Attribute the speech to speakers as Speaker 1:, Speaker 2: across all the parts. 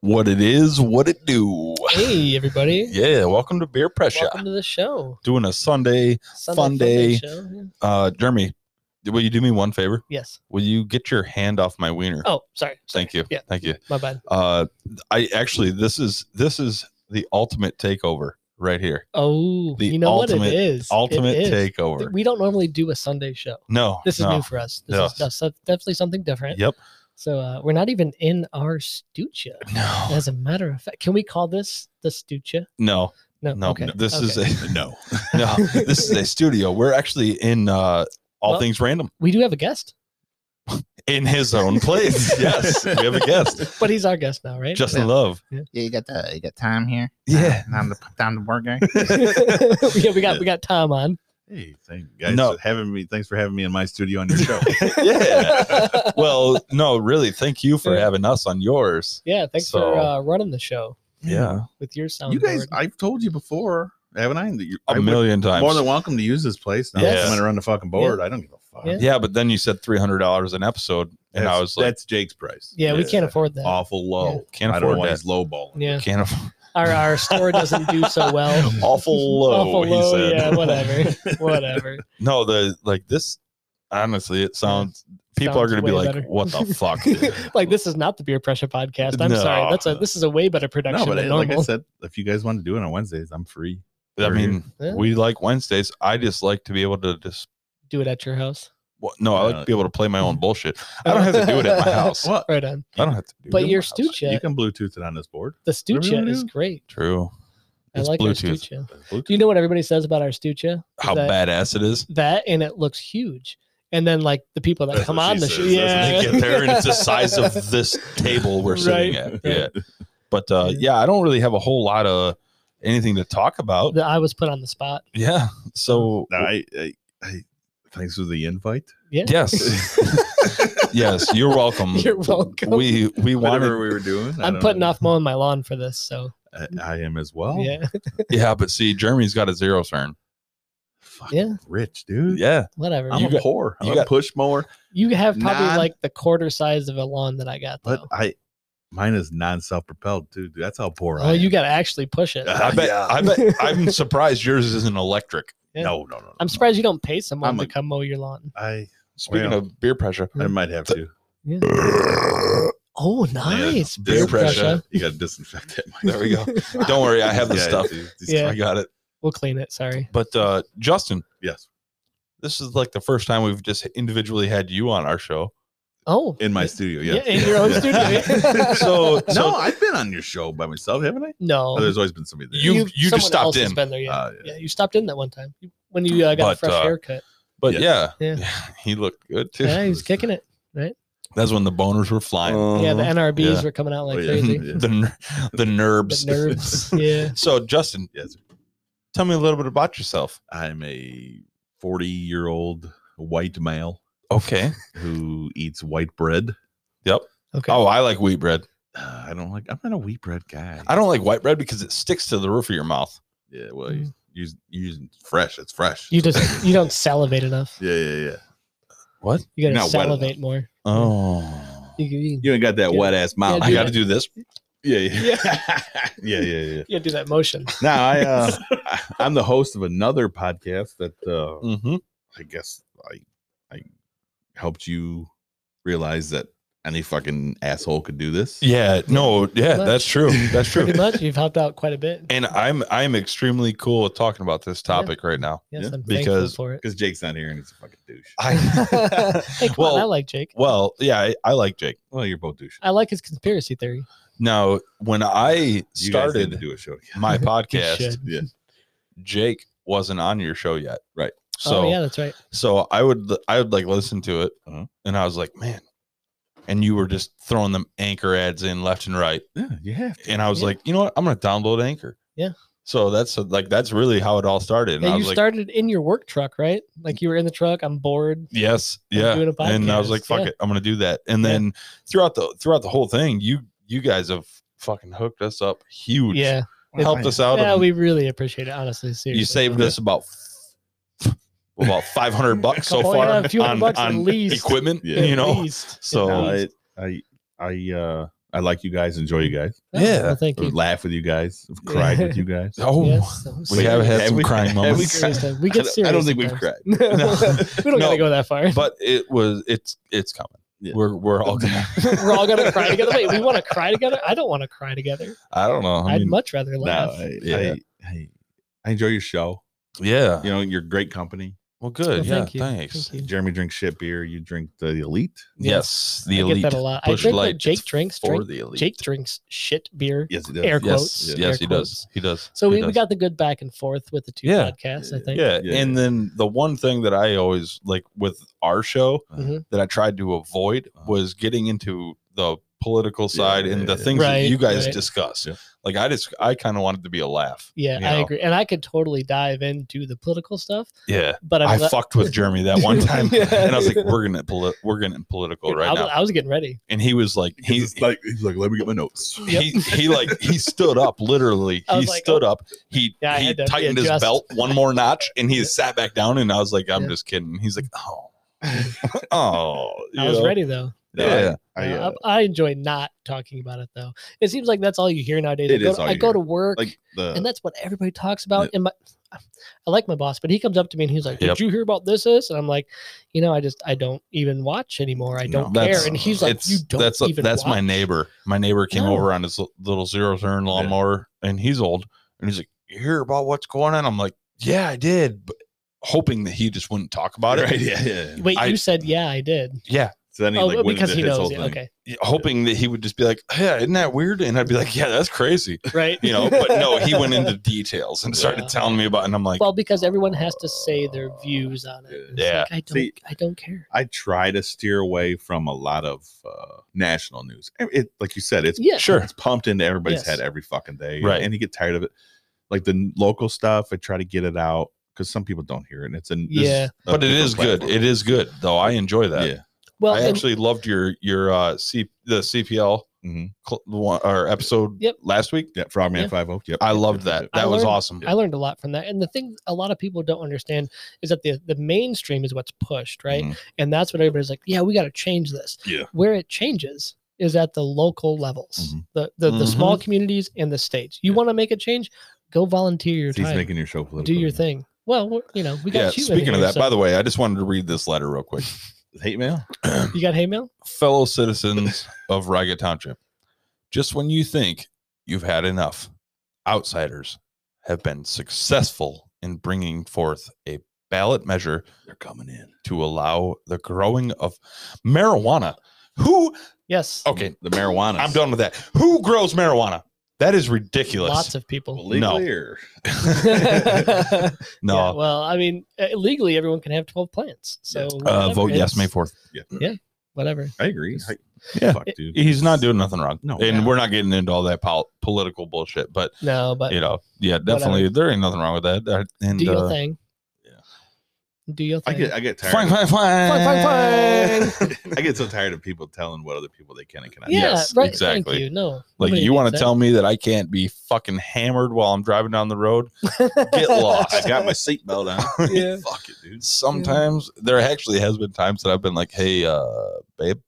Speaker 1: what it is, what it do.
Speaker 2: Hey, everybody.
Speaker 1: Yeah, welcome to Beer Pressure.
Speaker 2: Welcome to the show.
Speaker 1: Doing a Sunday.
Speaker 2: Sunday
Speaker 1: Fun day.
Speaker 2: show. yeah.
Speaker 1: Uh, Jeremy, will you do me one favor?
Speaker 2: Yes.
Speaker 1: Will you get your hand off my wiener?
Speaker 2: Oh, sorry.
Speaker 1: Thank you.
Speaker 2: Yeah.
Speaker 1: Thank you.
Speaker 2: My bad.
Speaker 1: Uh, I actually, this is this is the ultimate takeover right here.
Speaker 2: Oh,
Speaker 1: The
Speaker 2: you know what
Speaker 1: ultimate-
Speaker 2: it is. It
Speaker 1: Ultimate
Speaker 2: is.
Speaker 1: takeover.
Speaker 2: We don't normally do a Sunday show.
Speaker 1: no,
Speaker 2: This is
Speaker 1: no.
Speaker 2: new for us. This
Speaker 1: No.
Speaker 2: is def- so- definitely something different.
Speaker 1: Yep.
Speaker 2: So uh, we're not even in our studio.
Speaker 1: No,
Speaker 2: As a matter of fact, can we call this the studio?
Speaker 1: no,
Speaker 2: No.
Speaker 1: no.
Speaker 2: okay,
Speaker 1: This is
Speaker 2: okay.
Speaker 1: a no, no. This is a studio. We're actually in uh, all
Speaker 2: Well-
Speaker 1: things random
Speaker 2: we do have a guest,
Speaker 1: in his own place. yes, we have a guest,
Speaker 2: but he's our guest now, right?
Speaker 1: Justin Love.
Speaker 3: Yeah, you got the you got time here.
Speaker 1: Yeah.
Speaker 3: Time to time to work eh? guy.
Speaker 2: yeah, we got we got Tom on.
Speaker 4: Hey, thank you guys
Speaker 1: No.
Speaker 4: for having me. Thanks for having me in my studio on your show.
Speaker 1: Yeah. Well, no, really. Thank you for
Speaker 2: Yeah.
Speaker 1: having us on yours.
Speaker 2: yeah, thanks for
Speaker 1: So-
Speaker 2: uh, running the show
Speaker 1: Yeah,
Speaker 2: with your sound.
Speaker 4: you guys, I've told you before, haven't I? That you-
Speaker 1: a
Speaker 4: I would-
Speaker 1: million times.
Speaker 4: More than welcome to use this place. Now
Speaker 2: Yes.
Speaker 4: I'm going to run the fucking board. I don't give a fuck.
Speaker 2: Yeah.
Speaker 1: yeah, but then you said three hundred dollars an episode, and
Speaker 4: That's,
Speaker 1: I was like,
Speaker 4: that's Jake's price.
Speaker 2: yeah, we can't afford that.
Speaker 4: Awful low.
Speaker 1: can't
Speaker 4: I don't
Speaker 1: afford
Speaker 4: know why
Speaker 1: that.
Speaker 4: he's low balling.
Speaker 2: yeah,
Speaker 1: Can't afford.
Speaker 2: our our store doesn't do so well.
Speaker 1: Awful low.
Speaker 2: Awful
Speaker 1: he
Speaker 2: low,
Speaker 1: said.
Speaker 2: yeah, whatever, whatever.
Speaker 1: No, the like this. Honestly, it sounds. People
Speaker 2: Sounds
Speaker 1: are going to be
Speaker 2: way
Speaker 1: like,
Speaker 2: better.
Speaker 1: "What the fuck?"
Speaker 2: like this is not the beer pressure podcast. I'm
Speaker 1: No.
Speaker 2: sorry. That's a this is a way better
Speaker 4: No,
Speaker 2: production
Speaker 4: but
Speaker 2: than
Speaker 4: I- like I
Speaker 2: normal.
Speaker 4: said, if you guys want to do it on Wednesdays, I'm free.
Speaker 1: I mean,
Speaker 2: Yeah.
Speaker 1: we like Wednesdays. I just like to be able to just.
Speaker 2: do it at your house.
Speaker 1: Well, no, I like
Speaker 4: Uh,
Speaker 1: to be able to play my own bullshit. I don't have to do it at my house.
Speaker 4: What?
Speaker 2: Right on.
Speaker 1: I don't have to do it.
Speaker 2: But
Speaker 1: at
Speaker 2: your
Speaker 1: my house.
Speaker 2: Stucha,
Speaker 4: You can Bluetooth it on this board.
Speaker 2: the
Speaker 4: whatever you
Speaker 2: Stucha
Speaker 4: wanna
Speaker 2: is
Speaker 4: do.
Speaker 2: great.
Speaker 1: True.
Speaker 2: I
Speaker 1: It's
Speaker 2: like our
Speaker 1: Bluetooth.
Speaker 2: Stucha.
Speaker 4: Bluetooth.
Speaker 2: Do you know what everybody says about our Stucha?
Speaker 1: How
Speaker 2: that,
Speaker 1: badass it is.
Speaker 2: That and it looks huge. And then like the people that
Speaker 4: That's
Speaker 2: come
Speaker 4: what
Speaker 2: on
Speaker 4: she
Speaker 2: the
Speaker 4: says,
Speaker 2: show,
Speaker 4: doesn't
Speaker 2: yeah,
Speaker 1: They get there and it's the size of this table we're sitting at.
Speaker 2: Right.
Speaker 1: Yeah. But uh, yeah, I don't really have a whole lot of anything to talk about.
Speaker 2: The- I was put on the spot.
Speaker 1: Yeah. So
Speaker 4: No, I, I, I, thanks for the invite.
Speaker 1: yes, yes, you're welcome.
Speaker 2: You're welcome.
Speaker 1: We we
Speaker 4: Whatever
Speaker 1: wanted,
Speaker 4: we were doing. I
Speaker 2: I'm
Speaker 4: don't
Speaker 2: putting
Speaker 4: know. Oh,
Speaker 2: off mowing my lawn for this, so
Speaker 4: I, I am as well.
Speaker 2: yeah,
Speaker 1: yeah, but see, Jeremy's got a zero turn.
Speaker 4: Fuck,
Speaker 2: Yeah.
Speaker 4: Rich, dude.
Speaker 1: Yeah,
Speaker 2: whatever.
Speaker 4: I'm
Speaker 1: You
Speaker 4: a
Speaker 1: got-
Speaker 4: poor. I'm
Speaker 1: you
Speaker 4: a
Speaker 1: got-
Speaker 4: push mower.
Speaker 2: You have probably
Speaker 4: Nah.
Speaker 2: like the quarter size of a lawn that I got
Speaker 4: But
Speaker 2: though.
Speaker 4: I, mine is non self propelled too. Dude, that's how poor I
Speaker 2: Oh,
Speaker 4: am.
Speaker 2: you got to actually push it.
Speaker 4: Uh,
Speaker 1: I bet.
Speaker 4: yeah.
Speaker 1: I bet. I'm surprised yours isn't electric.
Speaker 2: Yeah.
Speaker 4: No, no, no.
Speaker 2: I'm
Speaker 4: no.
Speaker 2: surprised you don't pay someone
Speaker 4: I'm
Speaker 2: to
Speaker 4: a-
Speaker 2: come mow your lawn.
Speaker 4: I,
Speaker 1: Speaking
Speaker 4: Well.
Speaker 1: of beer pressure,
Speaker 2: Mm.
Speaker 4: I might have to.
Speaker 2: Oh, nice.
Speaker 4: Yeah,
Speaker 1: beer
Speaker 4: dis-
Speaker 1: pressure.
Speaker 4: You got to disinfect that.
Speaker 1: there we go. Don't worry, I have the
Speaker 4: Yeah,
Speaker 1: stuff.
Speaker 4: dude, these-
Speaker 2: Yeah.
Speaker 1: I got it.
Speaker 2: We'll clean it. Sorry.
Speaker 1: But uh, Justin,
Speaker 4: Yes.
Speaker 1: this is like the first time we've just individually had you on our show.
Speaker 2: Oh,
Speaker 4: In my
Speaker 2: yeah,
Speaker 4: studio.
Speaker 2: yeah,
Speaker 4: Yeah.
Speaker 2: in your own
Speaker 4: Yeah.
Speaker 2: studio.
Speaker 1: So, so
Speaker 4: no, I've been on your show by myself, haven't I?
Speaker 2: no,
Speaker 4: Oh, there's always been somebody there.
Speaker 1: You- just
Speaker 2: someone
Speaker 1: stopped
Speaker 2: else has
Speaker 1: in.
Speaker 2: Been there, yeah.
Speaker 4: Ah, yeah.
Speaker 2: yeah, you stopped in that one time when you uh, got a
Speaker 1: But,
Speaker 2: fresh
Speaker 1: uh,
Speaker 2: haircut.
Speaker 1: but
Speaker 4: Yes.
Speaker 1: yeah,
Speaker 2: Yeah.
Speaker 1: he looked good too.
Speaker 2: Yeah, he
Speaker 4: uh,
Speaker 2: was kicking it.
Speaker 1: That's when the boners were flying.
Speaker 2: Yeah, the NRBs
Speaker 1: Yeah.
Speaker 2: were coming out like
Speaker 4: Oh, uh-huh. yeah.
Speaker 2: crazy.
Speaker 4: Yeah.
Speaker 1: the ner- the
Speaker 2: The
Speaker 1: nerves.
Speaker 2: nerves. Yeah.
Speaker 1: So Justin,
Speaker 4: Yes. sir.
Speaker 1: tell me a little bit about yourself.
Speaker 4: I'm a 40 year old white male
Speaker 1: Okay.
Speaker 4: who eats white bread.
Speaker 1: Yep.
Speaker 2: Okay.
Speaker 1: Oh, I like wheat bread.
Speaker 4: Uh, I don't like, I'm not a wheat bread guy.
Speaker 1: I don't like white bread because it sticks to the roof of your mouth.
Speaker 4: Yeah, well, you use using fresh. It's fresh.
Speaker 2: Mm. You
Speaker 4: It's
Speaker 2: just
Speaker 4: okay.
Speaker 2: you don't salivate enough.
Speaker 4: Yeah, yeah, yeah.
Speaker 1: What?
Speaker 2: You
Speaker 4: You're
Speaker 2: gotta
Speaker 4: not wet enough.
Speaker 2: salivate more.
Speaker 1: Oh.
Speaker 2: You, you, you
Speaker 4: You ain't got that
Speaker 2: Yeah.
Speaker 4: wet ass mouth.
Speaker 2: Yeah,
Speaker 1: I
Speaker 2: do
Speaker 1: got to
Speaker 2: that.
Speaker 1: do this.
Speaker 4: Yeah, yeah, yeah, yeah, yeah.
Speaker 2: gotta do that motion.
Speaker 4: Now I, uh, I'm the host of another podcast that uh,
Speaker 1: Mm-hmm.
Speaker 4: I guess I, I helped you realize that any fucking asshole could do this.
Speaker 1: Yeah. No. Yeah.
Speaker 2: What?
Speaker 1: That's true. That's true.
Speaker 2: Pretty much, you've helped out quite a bit.
Speaker 1: And I'm I'm extremely cool with talking about this topic right now.
Speaker 2: Yes,
Speaker 4: yeah,
Speaker 2: I'm
Speaker 1: because-
Speaker 2: thankful for it.
Speaker 4: Because Jake's not here and he's a fucking douche.
Speaker 1: I
Speaker 2: Hey, come
Speaker 1: well,
Speaker 2: on, I like Jake.
Speaker 1: well, yeah, I, I like Jake.
Speaker 4: well, you're both douches.
Speaker 2: I like his conspiracy theory.
Speaker 1: Now, when I
Speaker 4: You guys need to
Speaker 1: started
Speaker 4: do a show. together.
Speaker 1: my
Speaker 2: You
Speaker 1: podcast,
Speaker 2: should.
Speaker 4: Yeah.
Speaker 1: Jake wasn't on your show yet,
Speaker 4: Right.
Speaker 1: So
Speaker 2: oh yeah, that's right.
Speaker 1: so I would I would like listen to it, uh,
Speaker 4: Uh-huh.
Speaker 1: and I was like, man. And you were just throwing them anchor ads in left and right,
Speaker 4: Yeah, you have to.
Speaker 1: and I was
Speaker 2: Yeah.
Speaker 1: like, you know what? I'm gonna download Anchor.
Speaker 2: Yeah.
Speaker 1: So that's like that's really how it all started. And
Speaker 2: Yeah,
Speaker 1: I
Speaker 2: you
Speaker 1: was like,
Speaker 2: started in your work truck, right? Like you were in the truck. I'm bored.
Speaker 1: yes,
Speaker 2: I'm
Speaker 1: yeah.
Speaker 2: doing a
Speaker 1: And I was
Speaker 2: podcast,
Speaker 1: like, fuck
Speaker 2: yeah.
Speaker 1: it, I'm gonna do that. And
Speaker 2: Yeah.
Speaker 1: then throughout the throughout the whole thing, you you guys have fucking hooked us up huge.
Speaker 2: Yeah,
Speaker 1: Helped us out.
Speaker 2: yeah,
Speaker 1: a
Speaker 2: we really appreciate it. Honestly, seriously,
Speaker 1: you saved us about about 500 bucks so
Speaker 2: Oh,
Speaker 1: far
Speaker 2: yeah, a few hundred
Speaker 1: on,
Speaker 2: bucks at
Speaker 1: on
Speaker 2: least.
Speaker 1: equipment
Speaker 4: Yeah.
Speaker 2: At
Speaker 1: you know
Speaker 2: least.
Speaker 1: so
Speaker 2: At
Speaker 4: No,
Speaker 2: least.
Speaker 4: I, I, I, uh, I like you guys, enjoy you guys,
Speaker 1: Yeah.
Speaker 2: Oh, well, thank you.
Speaker 4: laugh with you guys, cried with you guys.
Speaker 1: Oh,
Speaker 2: Yes, I'm
Speaker 1: we have
Speaker 2: serious.
Speaker 1: had
Speaker 4: Have
Speaker 1: some
Speaker 4: we-
Speaker 1: crying
Speaker 4: have we
Speaker 1: moments.
Speaker 4: cried?
Speaker 2: Serious time. We get
Speaker 4: I
Speaker 2: serious.
Speaker 4: don't think we've
Speaker 2: sometimes.
Speaker 4: cried.
Speaker 2: we don't
Speaker 1: No.
Speaker 2: gotta go that far.
Speaker 1: but it was it's it's coming.
Speaker 4: Yeah.
Speaker 1: We're we're all gonna.
Speaker 2: We're all gonna cry together. Wait, we want to cry together. I don't want to cry together.
Speaker 1: I don't know. I
Speaker 2: I'd
Speaker 1: mean,
Speaker 2: much rather
Speaker 4: No,
Speaker 2: laugh.
Speaker 4: I,
Speaker 1: Yeah.
Speaker 4: I, I, I enjoy your show.
Speaker 1: yeah.
Speaker 4: You know, you're great company.
Speaker 1: Well,
Speaker 2: Well,
Speaker 1: good. yeah.
Speaker 2: thank you.
Speaker 1: Thanks.
Speaker 2: Thank you.
Speaker 4: Jeremy drinks shit beer. You drink the Elite.
Speaker 1: Yes,
Speaker 2: I
Speaker 1: the elite.
Speaker 2: get that a lot. I
Speaker 1: Busch
Speaker 2: drink
Speaker 1: Light
Speaker 2: what
Speaker 1: is
Speaker 2: Jake drinks.
Speaker 1: for
Speaker 2: Drink,
Speaker 1: the elite.
Speaker 2: Jake drinks shit beer.
Speaker 4: Yes, it
Speaker 2: Air
Speaker 4: does.
Speaker 1: yes,
Speaker 2: quotes.
Speaker 1: yes,
Speaker 2: Air
Speaker 1: he
Speaker 2: quotes.
Speaker 1: does. He does.
Speaker 2: So
Speaker 1: He
Speaker 2: we, we
Speaker 1: does.
Speaker 2: got the good back and forth with the two
Speaker 1: Yeah.
Speaker 2: podcasts. I think.
Speaker 1: Yeah.
Speaker 4: Yeah.
Speaker 1: and then the one thing that I always like with our show
Speaker 2: Mhm.
Speaker 1: that I tried to avoid
Speaker 4: Uh-huh.
Speaker 1: was getting into the political
Speaker 4: Yeah,
Speaker 1: side
Speaker 4: yeah,
Speaker 1: and the
Speaker 4: yeah.
Speaker 1: things
Speaker 2: Right,
Speaker 1: that you guys
Speaker 2: right.
Speaker 1: discuss.
Speaker 4: Yeah.
Speaker 1: Like I just I kind of wanted to be a laugh.
Speaker 2: Yeah,
Speaker 1: You
Speaker 2: I
Speaker 1: know.
Speaker 2: agree, and I could totally dive into the political stuff,
Speaker 1: Yeah.
Speaker 2: but I'm
Speaker 1: I
Speaker 2: glad-
Speaker 1: fucked with Jeremy that one time,
Speaker 2: Yeah.
Speaker 1: and I was like, "We're gonna poli- we're getting political
Speaker 2: Dude,
Speaker 1: right
Speaker 2: I, was,
Speaker 1: now,"
Speaker 2: I was getting ready.
Speaker 1: and he was like,
Speaker 4: Because
Speaker 1: he
Speaker 4: it's like he's like, let me get my notes.
Speaker 2: Yep.
Speaker 1: he he like he stood up literally.
Speaker 2: I
Speaker 1: He
Speaker 2: was like, oh.
Speaker 1: stood up. He
Speaker 2: Yeah, I
Speaker 1: he
Speaker 2: had to
Speaker 1: tightened his
Speaker 2: readjust.
Speaker 1: belt one more notch, and he sat back down. And I was like, "I'm
Speaker 2: Yeah.
Speaker 1: just kidding." He's like, "Oh, oh."
Speaker 2: I
Speaker 1: you
Speaker 2: was
Speaker 1: know?
Speaker 2: ready though.
Speaker 1: Yeah.
Speaker 4: I,
Speaker 2: Uh,
Speaker 4: uh,
Speaker 2: I, I enjoy not talking about it though. It seems like that's all you hear nowadays. I
Speaker 4: It
Speaker 2: go,
Speaker 4: is
Speaker 2: to,
Speaker 4: all
Speaker 2: I
Speaker 4: you
Speaker 2: go
Speaker 4: hear.
Speaker 2: to work,
Speaker 4: like
Speaker 2: and
Speaker 4: the
Speaker 2: that's what everybody talks about. And my, I like my boss, but he comes up to me and he's like, "Did
Speaker 1: Yep.
Speaker 2: you hear about this?" This and I'm like, you know, I just I don't even watch anymore. I don't
Speaker 4: No,
Speaker 2: care.
Speaker 4: that's-
Speaker 2: And he's like,
Speaker 1: it's-
Speaker 2: "You don't
Speaker 1: that's
Speaker 2: even."
Speaker 1: that's my
Speaker 2: watch."
Speaker 1: neighbor. My neighbor came
Speaker 2: No.
Speaker 1: over on his l- little zero turn lawnmower, and he's old, and he's like, "You hear about what's going on?" I'm like, "Yeah, I did," but hoping that he just wouldn't talk about it.
Speaker 4: right, yeah, yeah.
Speaker 2: Wait,
Speaker 1: I-
Speaker 2: you said yeah, I did.
Speaker 1: Yeah,
Speaker 4: So then he
Speaker 2: oh,
Speaker 4: like went
Speaker 2: because
Speaker 4: into
Speaker 2: he
Speaker 4: his whole
Speaker 2: knows. Yeah,
Speaker 4: thing.
Speaker 2: okay,
Speaker 1: hoping that he would just be like, "Yeah, isn't that weird?" And I'd be like, "Yeah, that's crazy,"
Speaker 2: right?
Speaker 1: you know. But no, he went into details and started
Speaker 2: Yeah.
Speaker 1: telling me about, it, and I'm like, "Oh."
Speaker 2: well because everyone has to say their views on it. It's
Speaker 1: Yeah.
Speaker 2: like, I don't.
Speaker 4: See-
Speaker 2: I don't care.
Speaker 4: I try to steer away from a lot of uh, national news. It, it- like you said, it's
Speaker 2: Yeah.
Speaker 1: "Sure,
Speaker 4: it's pumped into everybody's
Speaker 2: Yes.
Speaker 4: head every fucking day,
Speaker 1: Right.
Speaker 4: And you get tired of it. Like the n- local stuff, I try to get it out because some people don't hear it. And it's an this
Speaker 2: Yeah.
Speaker 4: a
Speaker 1: but it
Speaker 4: different
Speaker 1: is good.
Speaker 4: platform.
Speaker 1: It is good, though. I enjoy that.
Speaker 4: Yeah,
Speaker 2: Well,
Speaker 1: I
Speaker 2: and-
Speaker 1: actually loved your your uh C the CPL
Speaker 4: Mhm.
Speaker 1: cl- the one, or episode
Speaker 2: Yep.
Speaker 1: last week.
Speaker 4: yeah. Frogman
Speaker 2: Yeah.
Speaker 4: Five O. Yep,
Speaker 1: I
Speaker 4: yep,
Speaker 1: loved
Speaker 4: yep,
Speaker 1: that.
Speaker 4: yep,
Speaker 1: That
Speaker 2: I
Speaker 1: was
Speaker 2: learned-
Speaker 1: awesome.
Speaker 2: I learned a lot from that. And the thing a lot of people don't understand is that the the mainstream is what's pushed, right?
Speaker 1: Mm-hmm.
Speaker 4: Mhm.
Speaker 2: And that's what everybody's like, yeah, we got to change this.
Speaker 4: Yeah.
Speaker 2: Where it changes is at the local levels,
Speaker 4: Mhm.
Speaker 2: the the, the
Speaker 1: Mhm.
Speaker 2: small communities and the states. You
Speaker 4: Yeah.
Speaker 2: want to make a change? Go volunteer your
Speaker 4: He's
Speaker 2: time.
Speaker 4: making your show political.
Speaker 2: Do your thing. Well, we're- you know, we
Speaker 1: yeah.
Speaker 2: got you. in
Speaker 1: Speaking of
Speaker 2: here,
Speaker 1: that,
Speaker 2: so-
Speaker 1: by the way, I just wanted to read this letter real quick.
Speaker 4: Hate mail.
Speaker 2: you got hay mail?
Speaker 1: fellow citizens of Riga Township, just when you think you've had enough, outsiders have been successful in bringing forth a ballot measure
Speaker 4: They're coming in.
Speaker 1: to allow the growing of marijuana. Who,
Speaker 2: Yes.
Speaker 1: okay,
Speaker 4: the marijuana.
Speaker 1: I'm done with that. Who grows marijuana? That is ridiculous.
Speaker 2: Lots of people.
Speaker 4: Legally
Speaker 1: No.
Speaker 4: or-
Speaker 2: Yeah,
Speaker 1: no,
Speaker 2: well, I mean, uh, legally, everyone can have 12 plants. So
Speaker 1: uh, vote
Speaker 2: whatever,
Speaker 1: yes, May
Speaker 2: it's-
Speaker 1: 4th.
Speaker 2: Whatever.
Speaker 4: I agree. I-
Speaker 1: Yeah.
Speaker 4: fuck, dude.
Speaker 1: He's not doing nothing wrong.
Speaker 4: No.
Speaker 1: and
Speaker 2: Yeah.
Speaker 1: we're not getting into all that pol- political bullshit, but
Speaker 2: No, but
Speaker 1: you know, yeah, definitely. There ain't nothing wrong with that. Uh, And
Speaker 2: do your
Speaker 1: uh,
Speaker 2: thing.
Speaker 4: yeah.
Speaker 2: Do your
Speaker 4: I
Speaker 2: thing.
Speaker 4: get I get tired.
Speaker 1: fine, fine,
Speaker 4: of-
Speaker 1: fine,
Speaker 2: fine,
Speaker 4: I get so tired of people telling what other people they can and cannot.
Speaker 2: yeah,
Speaker 1: yes,
Speaker 2: right. Thank
Speaker 1: exactly.
Speaker 2: you. No.
Speaker 1: Like
Speaker 2: nobody
Speaker 1: you
Speaker 2: needs
Speaker 1: want to
Speaker 2: that.
Speaker 1: tell me that I can't be fucking hammered while I'm driving down the road? Get lost.
Speaker 4: I got my seatbelt on.
Speaker 2: Yeah.
Speaker 4: Fuck it, dude.
Speaker 1: Sometimes there actually has been times that I've been like, "Hey, uh, babe,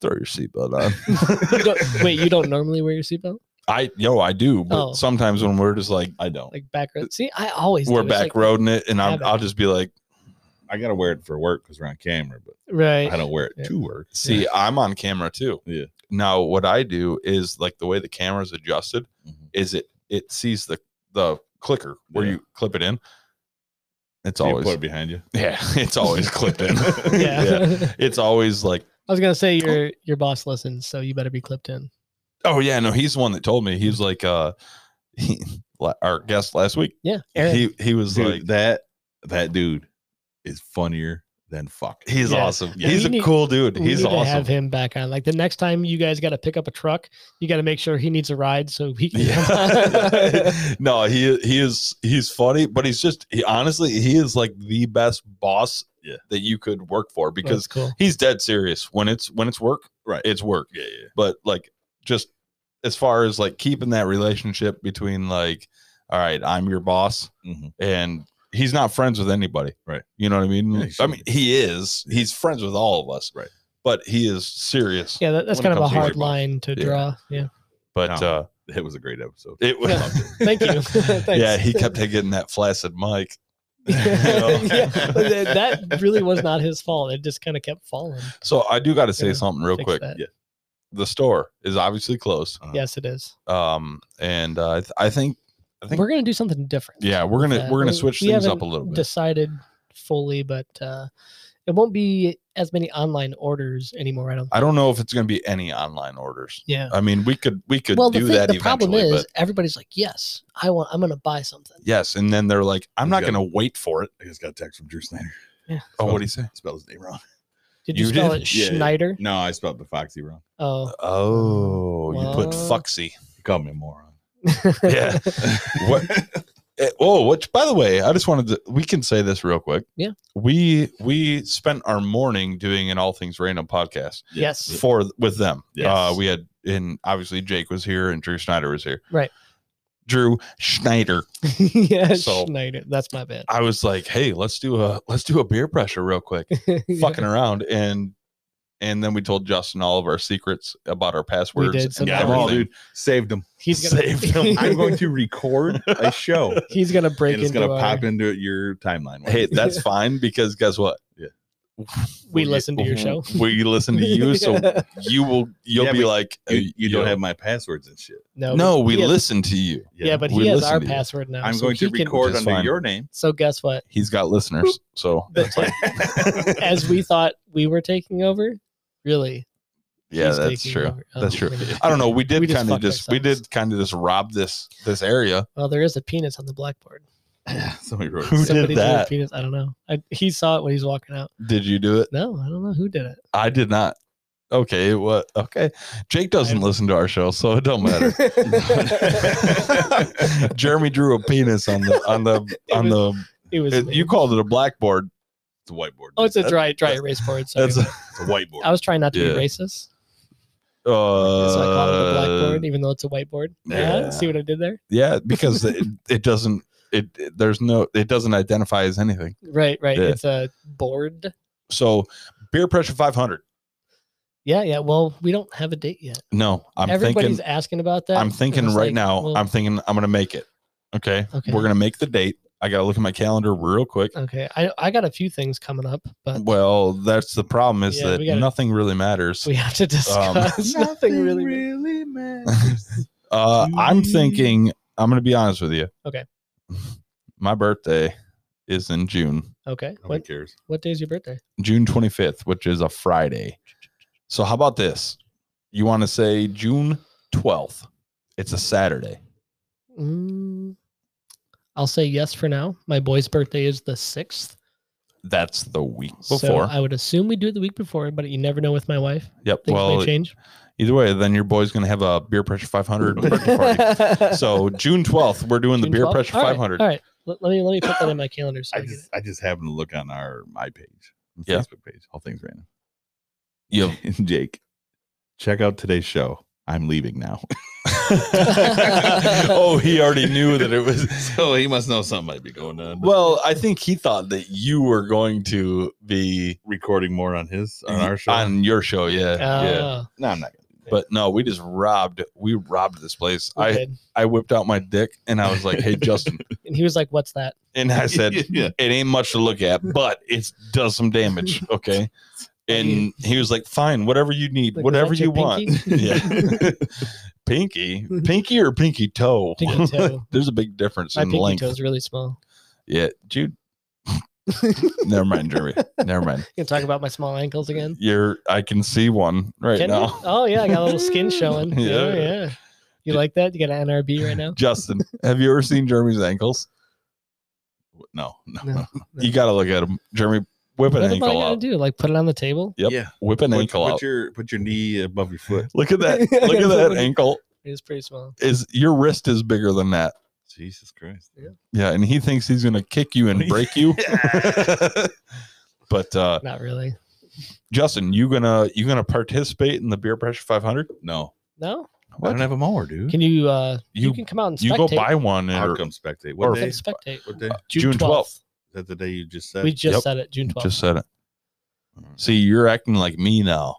Speaker 1: throw your seatbelt on."
Speaker 2: You don't- wait, you don't normally wear your seatbelt?
Speaker 1: I yo, I do, but
Speaker 2: Oh.
Speaker 1: sometimes when we're just like, I don't.
Speaker 2: Like back road. See, I always
Speaker 1: We're
Speaker 2: do. It's
Speaker 1: back roading it, and I'm,
Speaker 2: habit.
Speaker 1: I'll just be like,
Speaker 4: I gotta wear it for work because we're on camera, but
Speaker 2: Like, right.
Speaker 4: I don't wear it
Speaker 2: Yeah.
Speaker 4: to work.
Speaker 1: See, I'm on camera too.
Speaker 4: Yeah.
Speaker 1: Now, what I do is like the way the camera's adjusted
Speaker 2: Mm-hmm.
Speaker 4: Mhm.
Speaker 1: is it it sees the the clicker where
Speaker 4: Yeah.
Speaker 1: you clip it in. It's
Speaker 4: Do you
Speaker 1: always
Speaker 4: put it behind you.
Speaker 1: yeah, it's always clipped in.
Speaker 2: Yeah.
Speaker 1: it's always like
Speaker 2: I was gonna say your your boss listens, so you better be clipped in.
Speaker 1: oh yeah, no, he's the one that told me. He
Speaker 2: Mm-hmm.
Speaker 1: was like uh, he, la- our guest last week.
Speaker 2: Yeah. Aaron.
Speaker 1: He he was
Speaker 4: Dude,
Speaker 1: like
Speaker 4: that that dude is funnier than fuck.
Speaker 1: he's
Speaker 2: Yeah.
Speaker 1: awesome.
Speaker 4: Yeah.
Speaker 1: He's
Speaker 2: We
Speaker 1: a
Speaker 2: need-
Speaker 1: cool dude.
Speaker 2: we
Speaker 1: He's
Speaker 2: need to have
Speaker 1: awesome.
Speaker 2: him back on. Like the next time you guys got to pick up a truck, you got to make sure he needs a ride so he can.
Speaker 1: Yeah. no, he he is he's funny, but he's just he, honestly he is like the best boss
Speaker 4: Yeah.
Speaker 1: that you could work for because
Speaker 2: That's cool.
Speaker 1: he's dead serious when it's when it's work
Speaker 4: Right.
Speaker 1: it's work
Speaker 4: yeah, yeah.
Speaker 1: but like just as far as like keeping that relationship between like all right i'm your boss
Speaker 4: Mhm.
Speaker 1: and he's not friends with anybody
Speaker 4: Right.
Speaker 1: you know what i mean
Speaker 4: Yeah, he
Speaker 1: i
Speaker 4: shouldn't
Speaker 1: mean he is he's friends with all of us
Speaker 4: Right.
Speaker 1: but he is serious.
Speaker 2: Yeah, that, that's
Speaker 4: When it
Speaker 2: kind of a
Speaker 4: comes to
Speaker 2: hard
Speaker 4: Wipeout.
Speaker 2: line to
Speaker 1: Yeah.
Speaker 2: draw. Yeah.
Speaker 1: But
Speaker 4: No.
Speaker 1: uh,
Speaker 4: Mm-hmm. It was a great episode.
Speaker 1: it was.
Speaker 2: Yeah. Thank you. Thanks.
Speaker 1: Yeah, he kept getting that flaccid mic.
Speaker 2: yeah, but th- that really was not his fault. It just kind of kept falling.
Speaker 1: So I do got to say
Speaker 2: Yeah,
Speaker 1: something real
Speaker 2: Fix
Speaker 1: quick.
Speaker 2: that.
Speaker 4: yeah.
Speaker 1: The store is obviously closed.
Speaker 2: Yes, it is.
Speaker 1: Um, and uh, I, th- I think, I think,
Speaker 2: We're gonna do something different.
Speaker 1: yeah, we're gonna
Speaker 2: that.
Speaker 1: we're gonna
Speaker 2: We-
Speaker 1: switch
Speaker 2: we
Speaker 1: things up a
Speaker 2: haven't
Speaker 1: little bit.
Speaker 2: Decided fully, but uh, it won't be as many online orders anymore. I don't.
Speaker 1: I don't know if it's gonna be any online orders.
Speaker 2: Yeah.
Speaker 1: I mean, we could we could
Speaker 2: Well, the,
Speaker 1: do
Speaker 2: thing,
Speaker 1: that
Speaker 2: the problem
Speaker 1: eventually,
Speaker 2: is
Speaker 1: but
Speaker 2: everybody's like, "Yes, I want. I'm gonna buy something."
Speaker 1: yes, and then they're like, I'm
Speaker 4: He's
Speaker 1: not
Speaker 4: got-
Speaker 1: gonna wait for it.
Speaker 4: I just got a text from Drew Snyder.
Speaker 2: Yeah.
Speaker 1: Oh, what do you say?
Speaker 4: Spell his name wrong.
Speaker 2: Did you,
Speaker 1: You
Speaker 2: spell
Speaker 1: did? Uh,
Speaker 2: it
Speaker 4: Yeah, yeah.
Speaker 2: Schneider?
Speaker 4: No, I spelled the Foxy wrong.
Speaker 2: Oh,
Speaker 1: Oh, you put
Speaker 2: Well-
Speaker 1: Foxy.
Speaker 4: He called me a moron.
Speaker 1: Yeah. What? Eh, Oh, which by the way, I just wanted to we can say this real quick.
Speaker 2: Yeah.
Speaker 1: We we spent our morning doing an all things random podcast
Speaker 2: yes.
Speaker 1: for with them.
Speaker 4: Yes.
Speaker 1: Uh we had and obviously Jake was here and Drew Schneider was here.
Speaker 2: Right.
Speaker 1: Drew Schneider.
Speaker 2: yeah,
Speaker 1: So-
Speaker 2: Schneider. That's my bad.
Speaker 1: I was like, hey, let's do a let's do a beer pressure real quick. Fucking around. And and then we told Justin all of our secrets about our passwords.
Speaker 2: did
Speaker 1: and
Speaker 2: some
Speaker 4: Yeah,
Speaker 2: I'm all,
Speaker 4: well,
Speaker 1: everything.
Speaker 4: dude, saved him.
Speaker 2: He's gonna,
Speaker 1: saved him.
Speaker 4: I'm going to record a show.
Speaker 2: He's gonna break
Speaker 4: and it's
Speaker 2: into
Speaker 4: gonna
Speaker 2: our-
Speaker 4: pop into your timeline.
Speaker 1: Hey, that's fine because guess what?
Speaker 4: Yeah.
Speaker 2: We listen to your
Speaker 1: Mm-hmm.
Speaker 2: show.
Speaker 1: We listen to you, so you will you'll
Speaker 4: Yeah,
Speaker 1: be
Speaker 4: but
Speaker 1: like
Speaker 4: you, you don't
Speaker 1: have.
Speaker 4: have my passwords and shit.
Speaker 2: no,
Speaker 1: No, we
Speaker 2: he has-
Speaker 1: listen to you.
Speaker 2: Yeah, but
Speaker 1: we
Speaker 2: he has
Speaker 1: listen
Speaker 2: our
Speaker 1: to you.
Speaker 2: password now.
Speaker 4: I'm
Speaker 2: so
Speaker 4: going to
Speaker 2: he can-
Speaker 4: record
Speaker 1: Just
Speaker 4: under
Speaker 1: fine.
Speaker 4: your name.
Speaker 2: so guess what?
Speaker 1: He's got listeners, so that's like,
Speaker 2: As we thought we were taking over, really?
Speaker 1: yeah,
Speaker 2: he's
Speaker 1: that's
Speaker 2: taking
Speaker 1: true.
Speaker 2: over. Oh,
Speaker 1: That's true.
Speaker 2: never mind.
Speaker 1: I don't know. We did
Speaker 2: We just
Speaker 1: kind of
Speaker 2: fucked
Speaker 1: just, we
Speaker 2: ourselves.
Speaker 1: did kind of just rob this this area.
Speaker 2: Well, there is a penis on the blackboard.
Speaker 4: Somebody wrote.
Speaker 1: Who did
Speaker 2: drew a
Speaker 1: that?
Speaker 2: penis. I don't know. I, he saw it when he's walking out.
Speaker 1: Did you do it?
Speaker 2: No, I don't know who did it.
Speaker 1: I did not. Okay, what? Okay, Jake doesn't
Speaker 2: I-
Speaker 1: listen to our show, so it don't matter. Jeremy drew a penis on the on the
Speaker 2: It
Speaker 1: on the.
Speaker 2: it was
Speaker 1: it-
Speaker 2: me.
Speaker 1: you called it a blackboard.
Speaker 4: It's a whiteboard.
Speaker 2: Oh, it's a
Speaker 1: that-
Speaker 2: dry dry
Speaker 1: that's-
Speaker 2: erase board. Sorry.
Speaker 1: That's a,
Speaker 4: It's a whiteboard.
Speaker 2: I was trying not to
Speaker 1: Yeah.
Speaker 2: be racist,
Speaker 1: uh,
Speaker 2: so I called it a blackboard, even though it's a whiteboard. Yeah.
Speaker 1: yeah.
Speaker 2: See what I did there?
Speaker 1: yeah, because it, it doesn't. It, it there's no. It doesn't identify as anything.
Speaker 2: Right, right.
Speaker 1: Yeah.
Speaker 2: It's a board.
Speaker 1: So beer pressure 500.
Speaker 2: Yeah, yeah. Well, we don't have a date yet.
Speaker 1: No, I'm
Speaker 2: Everybody's
Speaker 1: thinking.
Speaker 2: asking about that.
Speaker 1: I'm
Speaker 2: and
Speaker 1: thinking
Speaker 2: it's
Speaker 1: right
Speaker 2: like,
Speaker 1: now.
Speaker 2: well,
Speaker 1: I'm thinking I'm gonna make it. Okay?
Speaker 2: Okay.
Speaker 1: we're gonna make the date. I gotta look at my calendar real quick.
Speaker 2: okay. I I got a few things coming up,
Speaker 1: Um,
Speaker 2: but
Speaker 1: Well, that's the problem is
Speaker 2: Yeah,
Speaker 1: that
Speaker 2: we gotta-
Speaker 1: nothing really matters.
Speaker 2: we have to discuss nothing really.
Speaker 4: matters.
Speaker 1: uh, I'm
Speaker 4: Mm.
Speaker 1: thinking. I'm gonna be honest with you.
Speaker 2: Okay.
Speaker 1: My birthday is in June,
Speaker 2: Okay.
Speaker 4: Nobody
Speaker 2: What
Speaker 4: cares.
Speaker 2: what day is your birthday?
Speaker 1: June 25th, which is a Friday. So how about this? You want to say June 12th? It's a Saturday.
Speaker 2: Mm, I'll say yes for now. My boy's birthday is the sixth.
Speaker 1: That's the week before.
Speaker 2: So I would assume we do it the week before, but you never know with my wife.
Speaker 1: Yep.
Speaker 2: Things
Speaker 1: well,
Speaker 2: may change.
Speaker 1: either way, then your boy's gonna have a beer pressure 500 birthday party. So June 12th, we're doing the
Speaker 2: June
Speaker 1: beer
Speaker 2: 12th?
Speaker 1: pressure
Speaker 2: All right,
Speaker 1: 500.
Speaker 2: All right. Let, let me let me put that in my calendar. So I
Speaker 4: I
Speaker 2: get
Speaker 4: just I just happened to look on our my page, my
Speaker 1: Yeah.
Speaker 4: Facebook page, all things random.
Speaker 1: Yep.
Speaker 4: Jake, check out today's show. I'm leaving now.
Speaker 1: oh, he already knew that it was.
Speaker 4: so he must know something might be going on.
Speaker 1: Well, I think he thought that you were going to be
Speaker 4: recording more on his on our show.
Speaker 1: on your show. Yeah,
Speaker 2: it.
Speaker 1: yeah.
Speaker 2: Ah,
Speaker 4: no, I'm not. Gonna.
Speaker 1: But no, we just robbed. We robbed this place.
Speaker 2: we
Speaker 1: I
Speaker 2: did.
Speaker 1: I whipped out my dick and I was like, "Hey, Justin,"
Speaker 2: And he was like, "What's that?"
Speaker 1: and I said,
Speaker 4: yeah.
Speaker 1: it ain't much to look at, but it does some damage. Okay. And he was like, fine, whatever you need,
Speaker 2: Like, "Was
Speaker 1: whatever
Speaker 2: that your
Speaker 1: you want.
Speaker 2: pinky?"
Speaker 1: Yeah. pinky, pinky or pinky toe.
Speaker 2: Mm-hmm. Pinky toe.
Speaker 1: There's a big difference
Speaker 2: My
Speaker 1: in
Speaker 2: pinky
Speaker 1: length.
Speaker 2: toe is really small.
Speaker 1: Yeah. Dude. Never mind, Jeremy. Never mind.
Speaker 2: You can talk about my small ankles again.
Speaker 1: You're I can see one right
Speaker 2: Can you?
Speaker 1: now.
Speaker 2: Oh yeah, I got a little skin showing. yeah.
Speaker 1: Yeah.
Speaker 2: yeah, You like that? You got an NRB right now?
Speaker 1: Justin, have you ever seen Jeremy's ankles?
Speaker 4: No, no.
Speaker 2: No.
Speaker 1: You gotta look at him. Jeremy, whip an
Speaker 2: What am I
Speaker 1: ankle
Speaker 2: gonna
Speaker 1: up.
Speaker 2: do? Like put it on the table?
Speaker 1: Yep.
Speaker 4: Yeah.
Speaker 1: Whip an
Speaker 4: put,
Speaker 1: ankle
Speaker 4: put
Speaker 1: out.
Speaker 4: your put your knee above your foot.
Speaker 1: Look at that. Look at that ankle.
Speaker 2: It's pretty small.
Speaker 1: Is your wrist is bigger than that?
Speaker 4: Jesus Christ.
Speaker 1: Yeah, and he thinks he's gonna kick you and break you. but uh
Speaker 2: Not really.
Speaker 1: Justin, you gonna you gonna participate in the beer pressure 500?
Speaker 4: No,
Speaker 2: No.
Speaker 4: I don't have a mower, dude.
Speaker 2: Can you? uh
Speaker 1: Hmm?
Speaker 2: You,
Speaker 1: You-
Speaker 2: can come out and spectate.
Speaker 1: You go buy one
Speaker 4: I'll
Speaker 1: or
Speaker 4: come spectate.
Speaker 1: or
Speaker 4: What
Speaker 2: Come
Speaker 4: day?
Speaker 2: spectate.
Speaker 4: What day?
Speaker 1: June 12th.
Speaker 4: Is that the day you just said?
Speaker 2: We just
Speaker 1: Yep.
Speaker 2: said it. June twelfth.
Speaker 1: Just said it.
Speaker 4: Mm-hmm.
Speaker 1: See, you're acting like me now.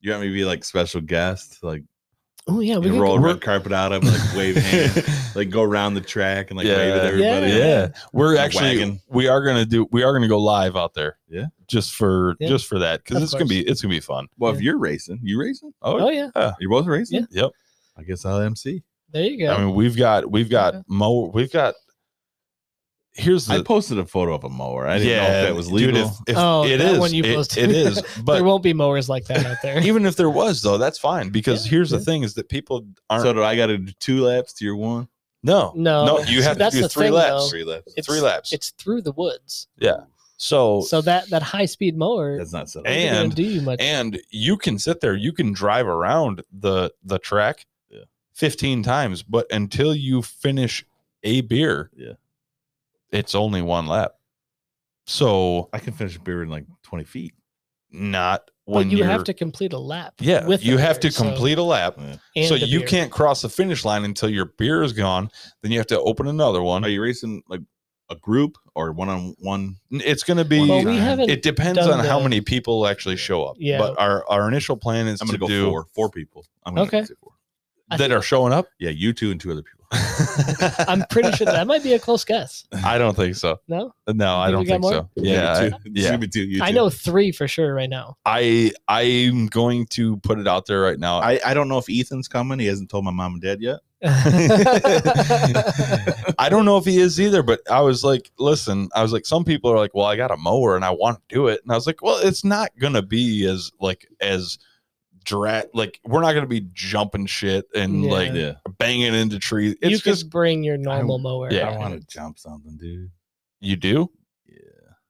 Speaker 4: You want me to be like special guest, like
Speaker 2: Oh yeah, we
Speaker 4: you
Speaker 2: could
Speaker 4: roll a
Speaker 2: go-
Speaker 4: red carpet out of, like wave hands, like go around the track and like wave at
Speaker 1: Yeah.
Speaker 4: everybody.
Speaker 1: yeah, we're
Speaker 4: A
Speaker 1: actually
Speaker 4: wagon.
Speaker 1: we are gonna do we are gonna go live out there.
Speaker 4: Yeah.
Speaker 1: just for
Speaker 2: Yeah.
Speaker 1: just for that because
Speaker 2: Of
Speaker 1: it's gonna be it's gonna be fun.
Speaker 4: Well, if
Speaker 2: Yeah.
Speaker 4: you're racing, you racing?
Speaker 1: Oh,
Speaker 2: Oh yeah,
Speaker 4: You're both racing.
Speaker 1: yep.
Speaker 4: I guess I'll MC.
Speaker 2: there you go.
Speaker 1: I mean, we've got we've got
Speaker 2: Okay.
Speaker 1: mo we've got. Here's the
Speaker 4: I posted a photo of a mower. I didn't know if that was legal.
Speaker 1: Dude, if, if
Speaker 2: Oh,
Speaker 1: it
Speaker 2: that
Speaker 1: is,
Speaker 2: one you
Speaker 1: it-
Speaker 2: posted.
Speaker 1: it is.
Speaker 2: there
Speaker 1: But
Speaker 2: won't be mowers like that out there.
Speaker 1: even if there was, though, that's fine because
Speaker 2: Yeah,
Speaker 1: here's
Speaker 2: yeah.
Speaker 1: the thing: is that people aren't.
Speaker 4: so do I got to do two laps to your one?
Speaker 1: no,
Speaker 2: No.
Speaker 1: no, you
Speaker 2: See,
Speaker 1: have to
Speaker 2: that's
Speaker 1: do
Speaker 2: the
Speaker 1: three
Speaker 2: thing,
Speaker 1: laps.
Speaker 2: though.
Speaker 4: Three laps.
Speaker 2: It's-
Speaker 1: three laps.
Speaker 2: it's through the woods,
Speaker 1: yeah. So
Speaker 2: so that that high speed mower
Speaker 4: That's not so.
Speaker 1: Oh, And-
Speaker 2: doesn't do you much.
Speaker 1: and you can sit there you can drive around the the track
Speaker 4: Yeah.
Speaker 1: 15 times but until you finish a beer
Speaker 4: Yeah.
Speaker 1: it's only one lap so
Speaker 4: I can finish a beer in like 20 feet.
Speaker 1: not
Speaker 2: Well,
Speaker 1: when
Speaker 2: you have
Speaker 1: you're-
Speaker 2: to complete a lap.
Speaker 1: yeah
Speaker 2: with
Speaker 1: you
Speaker 2: the
Speaker 1: have
Speaker 2: beer,
Speaker 1: to
Speaker 2: so-
Speaker 1: complete a lap
Speaker 2: and
Speaker 1: so
Speaker 2: the
Speaker 1: you
Speaker 2: beer.
Speaker 1: can't cross the finish line until your beer is gone then you have to open another one
Speaker 4: Are you racing like a group or one on one?
Speaker 1: it's going to be
Speaker 2: Well, we
Speaker 4: time.
Speaker 2: haven't.
Speaker 1: it depends
Speaker 2: done
Speaker 1: on how
Speaker 2: the-
Speaker 1: many people actually show up
Speaker 2: Yeah.
Speaker 1: but our our initial plan is
Speaker 4: I'm
Speaker 1: to
Speaker 4: gonna go
Speaker 1: do
Speaker 4: four. Four people. I'm gonna
Speaker 2: Okay.
Speaker 4: say four.
Speaker 2: I
Speaker 1: that are showing up
Speaker 4: Yeah, you two and two other people.
Speaker 2: I'm pretty sure that might be a close guess.
Speaker 1: I don't think so.
Speaker 2: No,
Speaker 1: No, I
Speaker 2: think
Speaker 1: don't
Speaker 2: we got
Speaker 1: think
Speaker 2: more?
Speaker 1: so.
Speaker 4: You
Speaker 1: Yeah, I-
Speaker 4: two. It's
Speaker 1: yeah.
Speaker 4: gonna be two, you
Speaker 2: I
Speaker 4: two.
Speaker 2: know three for sure right now.
Speaker 1: I I'm going to put it out there right now. I,
Speaker 4: I, I don't know if Ethan's coming. He hasn't told my mom and dad yet.
Speaker 1: don't know if he is either, but I was like, listen, I was like, some people are like, well, I got a mower and I want to do it, and I was like, well, it's not gonna be as like as dra like we're not gonna be jumping shit and
Speaker 2: Yeah.
Speaker 1: like
Speaker 4: Yeah.
Speaker 1: banging into trees.
Speaker 2: you
Speaker 1: It's
Speaker 2: can
Speaker 1: just
Speaker 2: bring your normal mower.
Speaker 1: yeah.
Speaker 4: I want to jump something, dude.
Speaker 1: you do.
Speaker 4: Yeah.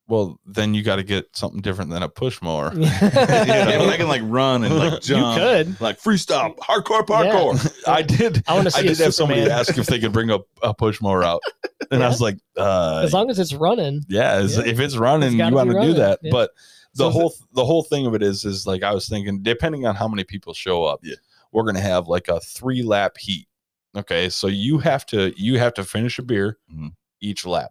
Speaker 1: Well, then you got to get something different than a push mower.
Speaker 4: Yeah, but I can like run and like
Speaker 1: You
Speaker 4: jump.
Speaker 2: You could.
Speaker 4: Like freestyle, hardcore parkour.
Speaker 1: I did.
Speaker 2: I want to see.
Speaker 1: I did
Speaker 2: a
Speaker 1: have somebody
Speaker 2: Superman.
Speaker 1: ask if they could bring a, a push mower out, and I
Speaker 2: Yeah.
Speaker 1: was like, uh,
Speaker 2: As long as it's running,
Speaker 1: yeah, as-
Speaker 2: Yeah.
Speaker 1: if it's running,
Speaker 2: It's
Speaker 1: you
Speaker 2: gotta
Speaker 1: want
Speaker 2: be
Speaker 1: to do
Speaker 2: running,
Speaker 1: that.
Speaker 2: yeah.
Speaker 1: But the
Speaker 2: So is it-
Speaker 1: whole the whole thing of it is is like I was thinking, depending on how many people show up,
Speaker 4: Yeah.
Speaker 1: we're gonna have like a three lap heat. Okay, so you have to you have to finish a beer
Speaker 4: Mhm.
Speaker 1: each lap,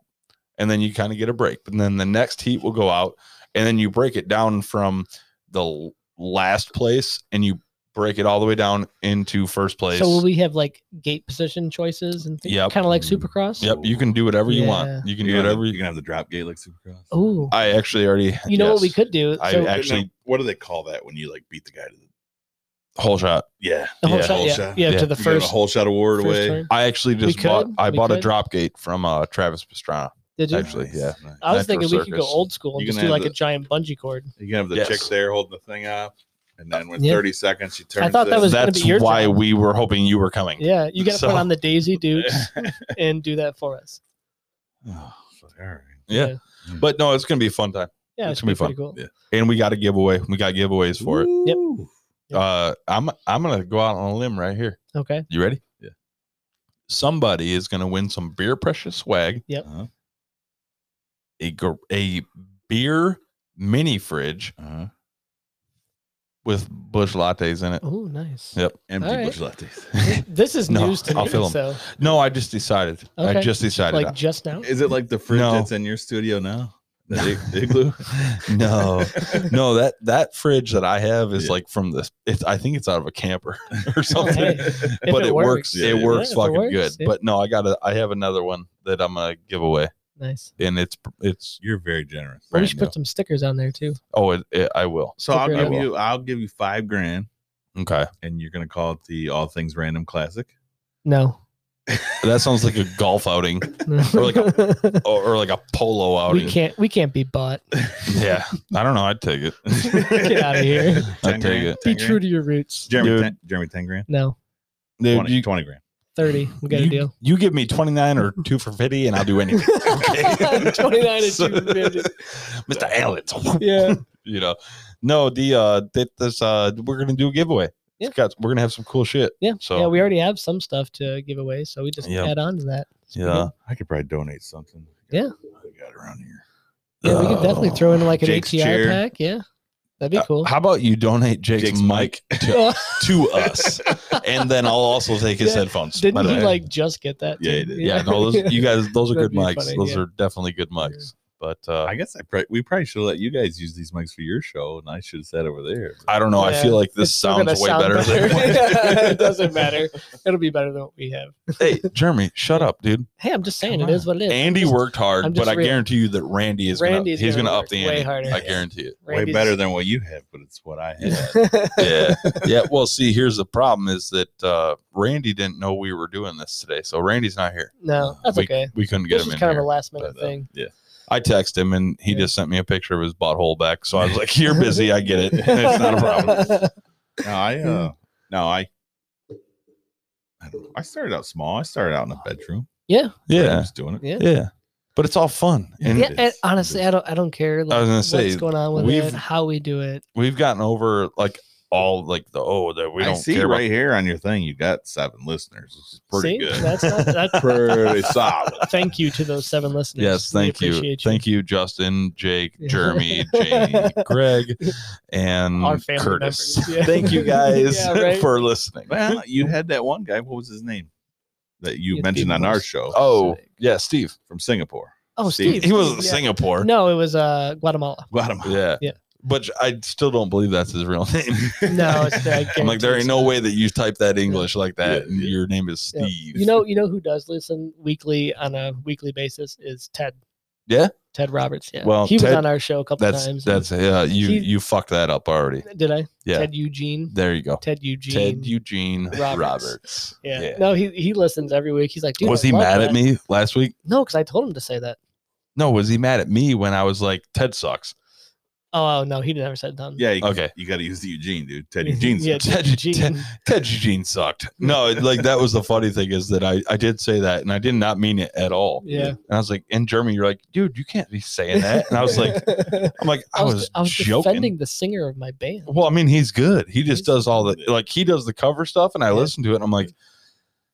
Speaker 1: and then you kind of get a break. But then the next heat will go out, and then you break it down from the l- last place, and you break it all the way down into first place.
Speaker 2: so will we have like gate position choices and things,
Speaker 1: Yep.
Speaker 2: kind of like Supercross.
Speaker 1: Yep, you can do whatever you
Speaker 2: Yeah.
Speaker 1: want. You can do
Speaker 4: You're gonna have
Speaker 1: whatever.
Speaker 4: the- You're
Speaker 1: You,
Speaker 4: gonna have the drop gate like Supercross.
Speaker 2: Oh,
Speaker 1: I actually already.
Speaker 2: you know what we
Speaker 1: yes.
Speaker 2: could do?
Speaker 1: I
Speaker 2: So
Speaker 1: act- actually-
Speaker 4: Now, what do they call that when you like beat the guy to the?
Speaker 1: whole shot.
Speaker 4: Yeah,
Speaker 2: the whole
Speaker 1: yeah,
Speaker 2: shot,
Speaker 4: whole
Speaker 2: yeah,
Speaker 4: shot.
Speaker 2: yeah,
Speaker 1: Yeah.
Speaker 2: to the
Speaker 4: you first
Speaker 2: first,
Speaker 4: a whole shot award
Speaker 2: first
Speaker 4: away.
Speaker 2: turn.
Speaker 1: I actually just bought.
Speaker 2: could,
Speaker 1: I
Speaker 2: we
Speaker 1: bought a
Speaker 2: could.
Speaker 1: drop gate from uh, Travis Pastrana.
Speaker 2: Did you?
Speaker 1: Actually, yeah.
Speaker 4: Nice.
Speaker 2: I was
Speaker 1: Nitro
Speaker 2: thinking we could go
Speaker 1: Circus.
Speaker 2: old school and
Speaker 4: You
Speaker 2: just
Speaker 4: can
Speaker 2: do
Speaker 4: have
Speaker 2: like
Speaker 4: the-
Speaker 2: a giant bungee cord.
Speaker 4: You can have the
Speaker 1: Yes.
Speaker 4: chick there holding the thing up, and then with
Speaker 2: Yeah.
Speaker 4: 30 seconds, she turns.
Speaker 2: thought that
Speaker 4: it.
Speaker 2: was gonna
Speaker 1: That's
Speaker 2: be your
Speaker 1: why
Speaker 2: job.
Speaker 1: we were hoping you were coming.
Speaker 2: Yeah, you got to
Speaker 1: So-
Speaker 2: put on the Daisy Dukes and do that for us.
Speaker 4: Oh, fuck, all right.
Speaker 1: Yeah.
Speaker 2: Yeah.
Speaker 1: But no, it's gonna be a fun time,
Speaker 2: Yeah,
Speaker 1: It's
Speaker 2: it's
Speaker 1: gonna
Speaker 2: gonna
Speaker 1: be
Speaker 2: be
Speaker 1: fun.
Speaker 2: pretty cool.
Speaker 4: Yeah.
Speaker 1: and we got a giveaway. We got giveaways for it.
Speaker 2: Yep.
Speaker 1: Uh, I'm I'm gonna go out on a limb right here.
Speaker 2: Okay.
Speaker 1: You ready?
Speaker 4: Yeah.
Speaker 1: Somebody is gonna win some beer precious swag.
Speaker 2: Yep.
Speaker 4: Uh-huh.
Speaker 1: A gr- a beer mini fridge
Speaker 4: Uh-huh.
Speaker 1: with bush lattes in it.
Speaker 2: Oh, nice.
Speaker 1: Yep.
Speaker 4: Empty
Speaker 2: All right.
Speaker 4: bush lattes.
Speaker 2: Th- This is
Speaker 1: No,
Speaker 2: news to
Speaker 1: I'll
Speaker 2: me.
Speaker 1: fill 'em.
Speaker 2: So,
Speaker 1: No, I just decided. I
Speaker 2: Okay.
Speaker 1: just decided.
Speaker 2: like, just now.
Speaker 4: Is it like the fridge
Speaker 1: No.
Speaker 4: that's in your studio now? The
Speaker 1: No.
Speaker 4: ig- igloo.
Speaker 1: no, no, that that fridge that I have is
Speaker 4: Yeah.
Speaker 1: like from this. It's I think it's out of a camper or something,
Speaker 2: Hey, If
Speaker 1: but it, works.
Speaker 4: Yeah,
Speaker 1: it
Speaker 4: yeah.
Speaker 1: works
Speaker 2: Yeah, if it
Speaker 1: fucking
Speaker 2: works,
Speaker 1: good.
Speaker 2: yeah.
Speaker 1: But no, I got to I have another one that I'm gonna give away,
Speaker 2: Nice.
Speaker 1: and it's it's
Speaker 4: You're very generous.
Speaker 2: Well, we
Speaker 1: brand
Speaker 2: should
Speaker 1: new.
Speaker 2: put some stickers on there too.
Speaker 1: Oh, it, it, I will.
Speaker 4: So I'll
Speaker 2: Sticker
Speaker 4: give
Speaker 1: it up.
Speaker 4: you. I'll give you five grand,
Speaker 1: Okay,
Speaker 4: and you're gonna call it the All Things Random Classic.
Speaker 2: No.
Speaker 1: that sounds like a golf outing Or like or, or like a polo
Speaker 2: we
Speaker 1: outing.
Speaker 2: can't. We can't be bought.
Speaker 1: Yeah, I don't know. I'd take it.
Speaker 2: Get out of here.
Speaker 1: I'll take
Speaker 4: Ten grand,
Speaker 1: it.
Speaker 2: Be
Speaker 4: ten
Speaker 2: true
Speaker 4: grand.
Speaker 2: to your roots.
Speaker 4: Jeremy,
Speaker 1: Dude.
Speaker 4: ten, Jeremy, ten grand.
Speaker 2: No.
Speaker 4: 20,
Speaker 1: you,
Speaker 4: 20 grand.
Speaker 2: Thirty. We got a
Speaker 1: you-
Speaker 2: deal.
Speaker 1: you give me twenty nine or two for fifty, and I'll do anything. Okay,
Speaker 2: 29 and
Speaker 1: So-
Speaker 2: two for 50.
Speaker 1: Mr. Allen.
Speaker 2: Yeah.
Speaker 1: you know no the uh that this uh we're gonna do a giveaway
Speaker 2: Yeah.
Speaker 1: It's got- we're gonna have some cool shit
Speaker 2: Yeah.
Speaker 1: so
Speaker 2: yeah. We already have some stuff to give away, so we just
Speaker 1: Yeah.
Speaker 2: add on to that.
Speaker 1: yeah
Speaker 4: I could probably donate something.
Speaker 2: Yeah.
Speaker 4: I got around here.
Speaker 2: Yeah, we could definitely throw in like an
Speaker 4: Jake's
Speaker 2: ATI
Speaker 4: chair.
Speaker 2: pack. Yeah, that'd be
Speaker 1: Oh. Uh,
Speaker 2: cool.
Speaker 1: how about you donate jake's,
Speaker 4: Jake's
Speaker 1: mic to, to us and then i'll also take his
Speaker 2: Yeah.
Speaker 1: headphones by
Speaker 2: Didn't
Speaker 1: the
Speaker 2: you
Speaker 1: way.
Speaker 2: like just get that?
Speaker 4: Yeah,
Speaker 2: too?
Speaker 4: he did.
Speaker 1: yeah no those you guys those are
Speaker 2: That'd
Speaker 1: good
Speaker 2: be
Speaker 1: mics
Speaker 2: funny,
Speaker 1: those
Speaker 2: yeah.
Speaker 1: are definitely good mics But uh,
Speaker 4: I guess I pr- we probably should have let you guys use these mics for your show, and I should have sat over there.
Speaker 1: I don't know. I
Speaker 2: Yeah,
Speaker 1: feel like this
Speaker 2: It's still
Speaker 1: sounds way
Speaker 2: gonna sound
Speaker 1: better. Than
Speaker 2: it doesn't matter. It'll be better than what we have.
Speaker 1: hey, Jeremy, shut up, dude.
Speaker 2: Hey, I'm just saying
Speaker 1: Come
Speaker 2: it is what it is.
Speaker 1: Andy
Speaker 2: Just-
Speaker 1: worked
Speaker 2: I'm
Speaker 1: hard, but
Speaker 2: just
Speaker 1: I
Speaker 2: real-
Speaker 1: guarantee you that Randy is gonna,
Speaker 2: Randy's
Speaker 1: he's going to
Speaker 2: gonna
Speaker 1: up the
Speaker 2: work way
Speaker 1: ante.
Speaker 2: harder.
Speaker 1: I guarantee it.
Speaker 2: Randy's-
Speaker 4: Way better than what you have, but it's what I have.
Speaker 1: Yeah. yeah. Well, see, here's the problem is that uh, Randy didn't know we were doing this today. So Randy's not here.
Speaker 2: no, that's
Speaker 1: we,
Speaker 2: okay.
Speaker 1: We couldn't get
Speaker 2: This
Speaker 1: him
Speaker 2: is
Speaker 1: in
Speaker 2: kind
Speaker 1: here.
Speaker 2: of a last minute
Speaker 4: but, uh,
Speaker 2: thing.
Speaker 4: Yeah.
Speaker 1: I texted him and he
Speaker 2: Yeah.
Speaker 1: just sent me a picture of his butthole back. So I was like, you're busy. I get it. It's not a problem.
Speaker 4: No, I uh, no, I. I don't know. I started out small. I started out in the bedroom. I
Speaker 1: Yeah.
Speaker 4: was doing it.
Speaker 2: yeah.
Speaker 1: Yeah. But it's all fun. And
Speaker 2: Yeah,
Speaker 4: It
Speaker 2: and
Speaker 4: is.
Speaker 2: honestly, I don't, I don't care. Like,
Speaker 1: I was gonna say,
Speaker 2: what's going on with
Speaker 1: we've-
Speaker 2: it, how we do it.
Speaker 1: we've gotten over like all like the, oh, that we
Speaker 4: I
Speaker 1: don't
Speaker 4: see
Speaker 1: care about
Speaker 4: right here on your thing. You got seven listeners. This is
Speaker 2: See?
Speaker 4: pretty good.
Speaker 2: That's not, that,
Speaker 4: pretty solid.
Speaker 2: thank you to those seven listeners.
Speaker 1: Yes,
Speaker 2: We
Speaker 1: thank you.
Speaker 2: appreciate
Speaker 1: Thank you, Justin, Jake,
Speaker 2: Yeah.
Speaker 1: Jeremy, Jamie, Greg, and
Speaker 2: Our family
Speaker 1: um, Curtis.
Speaker 2: members, yeah.
Speaker 1: Thank you guys
Speaker 2: Yeah, right.
Speaker 1: for listening.
Speaker 4: Well, you had that one guy. What was his name? That you
Speaker 2: It'd be
Speaker 4: mentioned on our
Speaker 2: most-
Speaker 4: show.
Speaker 1: Oh, yeah, Steve.
Speaker 4: from Singapore.
Speaker 2: Oh,
Speaker 4: Steve.
Speaker 2: Steve.
Speaker 1: He was in
Speaker 2: yeah.
Speaker 1: Singapore.
Speaker 2: No, it was uh, Guatemala.
Speaker 4: Guatemala.
Speaker 1: Yeah.
Speaker 2: Yeah.
Speaker 1: But I still don't believe that's his real name.
Speaker 2: No, it's I
Speaker 1: I'm like,
Speaker 2: guarantee
Speaker 1: there
Speaker 2: it's
Speaker 1: ain't no
Speaker 2: not.
Speaker 1: way that you type that English like that.
Speaker 4: Yeah,
Speaker 1: and
Speaker 4: yeah.
Speaker 1: Your name is
Speaker 2: Yeah.
Speaker 1: Steve.
Speaker 2: You know, you know who does listen weekly on a weekly basis is Ted.
Speaker 1: Yeah?
Speaker 2: Ted Roberts. Yeah.
Speaker 1: Well,
Speaker 2: he was
Speaker 1: Ted-
Speaker 2: on our show a couple
Speaker 1: that's
Speaker 2: times.
Speaker 1: that's yeah. You
Speaker 2: He-
Speaker 1: you fucked that up already.
Speaker 2: did I?
Speaker 1: Yeah.
Speaker 2: Ted Eugene.
Speaker 1: There you go.
Speaker 2: Ted Eugene.
Speaker 1: Ted Eugene Roberts.
Speaker 2: Roberts. yeah. No, he he listens every week. He's like, dude,
Speaker 1: Was
Speaker 2: I
Speaker 1: he
Speaker 2: love
Speaker 1: mad
Speaker 2: that.
Speaker 1: at me last week?
Speaker 2: No, because I told him to say that.
Speaker 1: No, was he mad at me when I was like, Ted sucks?
Speaker 2: Oh no, he never said that.
Speaker 4: Yeah. You,
Speaker 1: Okay.
Speaker 4: You got to use the Eugene, dude. Ted Eugene's.
Speaker 2: Mm-hmm. Yeah,
Speaker 1: Ted-
Speaker 2: Ted Eugene.
Speaker 1: Ted Eugene sucked. No, it- like that was the funny thing is that I, I did say that and I did not mean it at all.
Speaker 2: Yeah.
Speaker 1: And I was like, in Germany, you're like, dude, you can't be saying that. And I was like, I'm like, I was,
Speaker 2: I was
Speaker 1: joking.
Speaker 2: defending the singer of my band.
Speaker 1: Well, I mean, he's good. He just
Speaker 2: He's-
Speaker 1: does all the like he does the cover stuff and I
Speaker 2: Yeah.
Speaker 1: listen to it and I'm like,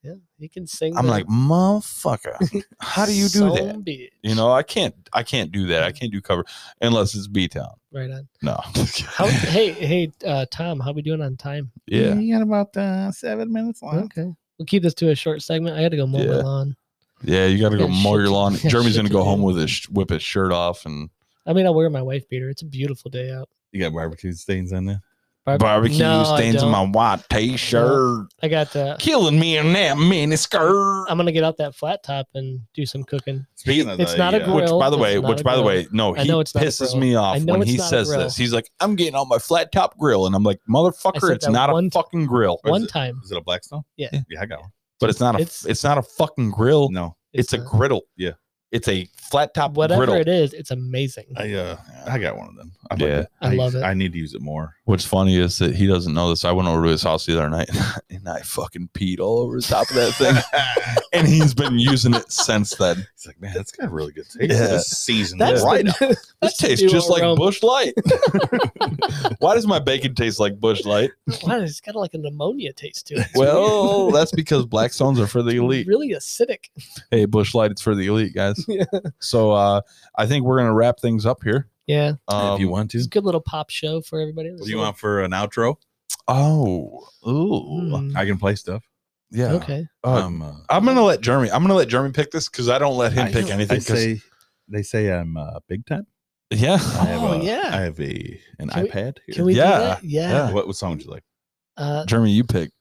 Speaker 2: Yeah, he can sing.
Speaker 1: I'm
Speaker 2: the
Speaker 1: like, motherfucker, how do you do that?
Speaker 2: song, bitch.
Speaker 1: You know, I can't I can't do that. I can't do cover unless it's B Town.
Speaker 2: right on.
Speaker 1: No.
Speaker 2: How, hey, hey, uh, Tom, how we doing on time?
Speaker 1: yeah.
Speaker 4: You got about uh, seven minutes left.
Speaker 2: Okay, we'll keep this to a short segment. I got to go mow my
Speaker 1: Yeah.
Speaker 2: lawn.
Speaker 1: Yeah, you gotta go
Speaker 2: Yeah,
Speaker 1: mow
Speaker 2: shit
Speaker 1: your
Speaker 2: to-
Speaker 1: lawn.
Speaker 2: yeah,
Speaker 1: Jeremy's
Speaker 2: shit
Speaker 1: gonna
Speaker 2: to
Speaker 1: go
Speaker 2: do.
Speaker 1: home with his sh- whip his shirt off and
Speaker 2: I mean, I'll wear my wife beater. It's a beautiful day out.
Speaker 4: You got barbecue stains on there.
Speaker 2: Barb-
Speaker 1: barbecue
Speaker 2: No, I
Speaker 1: stains on
Speaker 2: don't.
Speaker 1: my white t-shirt
Speaker 2: I got the.
Speaker 1: killing me in that mini skirt
Speaker 2: I'm gonna get out that flat top and do some cooking.
Speaker 4: Speaking of
Speaker 2: It's
Speaker 4: the,
Speaker 2: not a grill.
Speaker 1: which by the uh,
Speaker 2: It's
Speaker 1: way
Speaker 2: not
Speaker 1: which
Speaker 2: a
Speaker 1: by the
Speaker 2: grill.
Speaker 1: way no
Speaker 2: I
Speaker 1: he
Speaker 2: know it's not a
Speaker 1: pisses
Speaker 2: grill.
Speaker 1: me
Speaker 2: I
Speaker 1: off
Speaker 2: know
Speaker 1: when
Speaker 2: it's
Speaker 1: he
Speaker 2: not a
Speaker 1: says
Speaker 2: grill.
Speaker 1: this he's like i'm getting on my flat top grill and i'm like motherfucker
Speaker 2: said
Speaker 1: it's
Speaker 2: that
Speaker 1: not a
Speaker 2: one t-
Speaker 1: fucking grill
Speaker 4: What is
Speaker 2: One
Speaker 4: it?
Speaker 2: time,
Speaker 4: Is it a Blackstone?
Speaker 2: Yeah.
Speaker 4: Yeah, I got one.
Speaker 1: but it's not a it's,
Speaker 2: It's-
Speaker 1: not a fucking grill
Speaker 4: No,
Speaker 1: it's, a
Speaker 2: not-
Speaker 1: griddle
Speaker 4: Yeah.
Speaker 1: it's a flat top
Speaker 2: whatever
Speaker 1: griddle
Speaker 2: it is. It's amazing.
Speaker 4: I uh, I got one of them. I
Speaker 1: Yeah.
Speaker 4: it.
Speaker 2: I love it.
Speaker 4: I need to use it more.
Speaker 1: What's funny is that he doesn't know this. I went over to his house the other night and I fucking peed all over the top of that thing.
Speaker 4: He's
Speaker 1: and he's been using it since then.
Speaker 4: like, man, that's got a really good taste.
Speaker 1: Yeah.
Speaker 4: This seasoned
Speaker 2: That's the-
Speaker 4: right up.
Speaker 1: This
Speaker 2: that's the
Speaker 1: tastes
Speaker 2: new
Speaker 1: just like
Speaker 2: aroma.
Speaker 1: Bush Light. Why does my bacon taste like Bush Light?
Speaker 2: Wow, it's got like an ammonia taste to it. It's
Speaker 1: Well, that's because Blackstones are for the elite.
Speaker 2: really acidic.
Speaker 1: Hey, Bush Light, it's for the elite, guys.
Speaker 2: Yeah.
Speaker 1: So uh, I think we're gonna wrap things up here.
Speaker 2: Yeah,
Speaker 1: Um,
Speaker 4: if you want to,
Speaker 2: it's a good little pop show for everybody.
Speaker 4: what do you want for an outro?
Speaker 1: Oh, ooh,
Speaker 2: Mm,
Speaker 4: I can play stuff.
Speaker 1: yeah.
Speaker 2: Okay.
Speaker 1: Uh,
Speaker 4: um, uh,
Speaker 1: I'm gonna let Jeremy. I'm gonna let Jeremy pick this because I don't let him
Speaker 4: I-
Speaker 1: pick anything.
Speaker 4: I
Speaker 1: 'cause-
Speaker 4: say, they say I'm uh, big time.
Speaker 1: yeah.
Speaker 4: I have
Speaker 2: Oh,
Speaker 4: a-
Speaker 2: yeah.
Speaker 4: I have a an
Speaker 2: Can we-
Speaker 4: iPad. Here.
Speaker 2: Can we
Speaker 1: Yeah,
Speaker 2: do that? Yeah.
Speaker 1: yeah.
Speaker 4: What, what song would you like?
Speaker 2: Uh,
Speaker 1: Jeremy, you pick.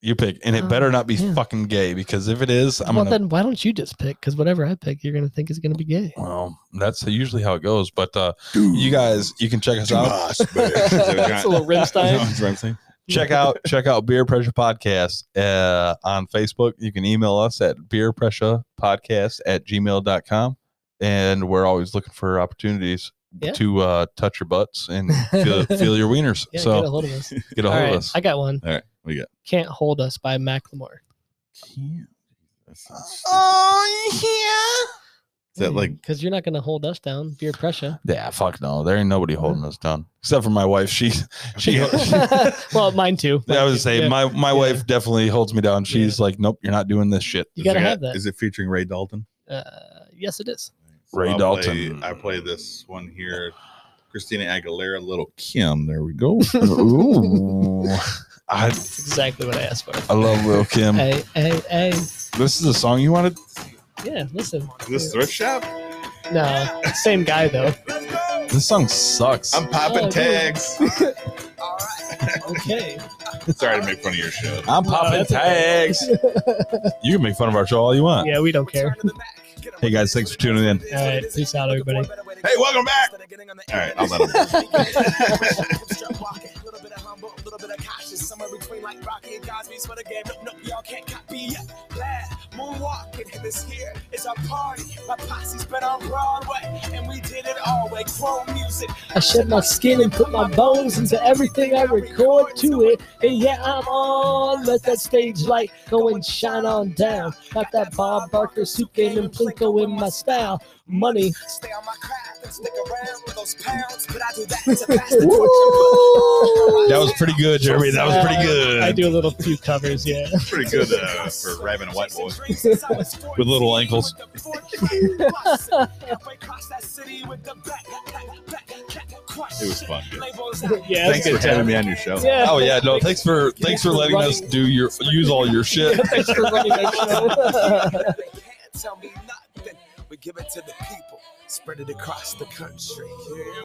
Speaker 1: You pick, and it
Speaker 2: Oh,
Speaker 1: better not be
Speaker 2: yeah.
Speaker 1: fucking gay because if it is, I'm
Speaker 2: well,
Speaker 1: gonna.
Speaker 2: then why don't you just pick? Because whatever I pick, you're gonna think is gonna be gay.
Speaker 1: Well, that's usually how it goes. But uh, you guys, uh, you can check us out.
Speaker 2: That's a little Rammstein.
Speaker 4: Rimstein.
Speaker 1: check out check out beer pressure podcast uh, on facebook you can email us at beer pressure podcast at gmail.com and we're always looking for opportunities
Speaker 2: Yeah.
Speaker 1: to uh, touch your butts and feel, feel your wieners
Speaker 2: Yeah, get a
Speaker 1: so
Speaker 2: hold of us.
Speaker 1: get a
Speaker 2: All
Speaker 1: hold
Speaker 2: right,
Speaker 1: of us
Speaker 2: I got one.
Speaker 4: All right, we got.
Speaker 2: Can't hold us by Macklemore.
Speaker 4: Uh,
Speaker 1: oh
Speaker 4: Is that like-
Speaker 2: because Mm, you're not gonna hold us down? Beer pressure.
Speaker 1: yeah yeah fuck no there ain't nobody holding us down except for my wife she she
Speaker 2: well, mine too.
Speaker 1: I
Speaker 2: Mine
Speaker 1: would
Speaker 2: too.
Speaker 1: say
Speaker 2: Yeah.
Speaker 1: my, my
Speaker 2: Yeah.
Speaker 1: wife definitely holds me down. She's like, nope, you're not doing this shit.
Speaker 2: You
Speaker 4: Is
Speaker 2: gotta
Speaker 4: it
Speaker 2: have
Speaker 4: got-
Speaker 2: that.
Speaker 4: Is it featuring Ray Dalton?
Speaker 2: Uh, yes, it is.
Speaker 1: Ray
Speaker 4: I'll
Speaker 1: Dalton.
Speaker 4: Play, I play this one here. Christina Aguilera, Little Kim. There we go.
Speaker 1: Ooh. I,
Speaker 2: That's exactly what I asked for.
Speaker 1: I love Lil Kim.
Speaker 2: Hey, hey, hey.
Speaker 1: This is a song you wanted.
Speaker 2: Yeah, listen.
Speaker 4: Is this thrift shop?
Speaker 2: No, same guy though.
Speaker 1: This song sucks.
Speaker 4: I'm
Speaker 1: I'm,
Speaker 4: popping
Speaker 2: Oh, dude.
Speaker 4: tags.
Speaker 2: Okay.
Speaker 4: Sorry to make fun of your show.
Speaker 1: popping
Speaker 2: that's okay.
Speaker 1: tags. you can make fun of our show all you want.
Speaker 2: Yeah, we don't care.
Speaker 1: Hey guys, thanks for tuning in.
Speaker 2: All right, peace out, everybody.
Speaker 4: Hey, welcome back. All right, I'll let
Speaker 5: Somewhere between like Rocky and Cosby's for the game. Nope, nope, y'all can't copy yet. Glad moonwalking. This here is our party. My posse's been on Broadway, and we did it all way. Chrome music.
Speaker 2: I shed my skin and put my bones into everything I record to it. And yeah, I'm on. Let that stage light go and shine on down. Got that Bob Barker suit game and Plinko in my style. Money.
Speaker 5: Stay on my craft and stick around with those pounds, but I do that to pass the torch.
Speaker 1: That was pretty good, Jeremy. That was pretty good.
Speaker 2: I do a little few covers, yeah.
Speaker 4: Pretty good uh, for rapping a white boy.
Speaker 1: With little ankles.
Speaker 5: it
Speaker 4: It was fun. dude.
Speaker 2: Yeah,
Speaker 4: Thanks
Speaker 2: that's
Speaker 4: for
Speaker 2: good
Speaker 4: having
Speaker 2: time.
Speaker 4: me on your show.
Speaker 2: Yeah.
Speaker 1: Oh yeah, no, thanks for thanks for letting us do your use all your shit.
Speaker 2: Thanks for running that show.
Speaker 5: Can't tell me nothing. We give it to the people, spread it across the country. Yeah.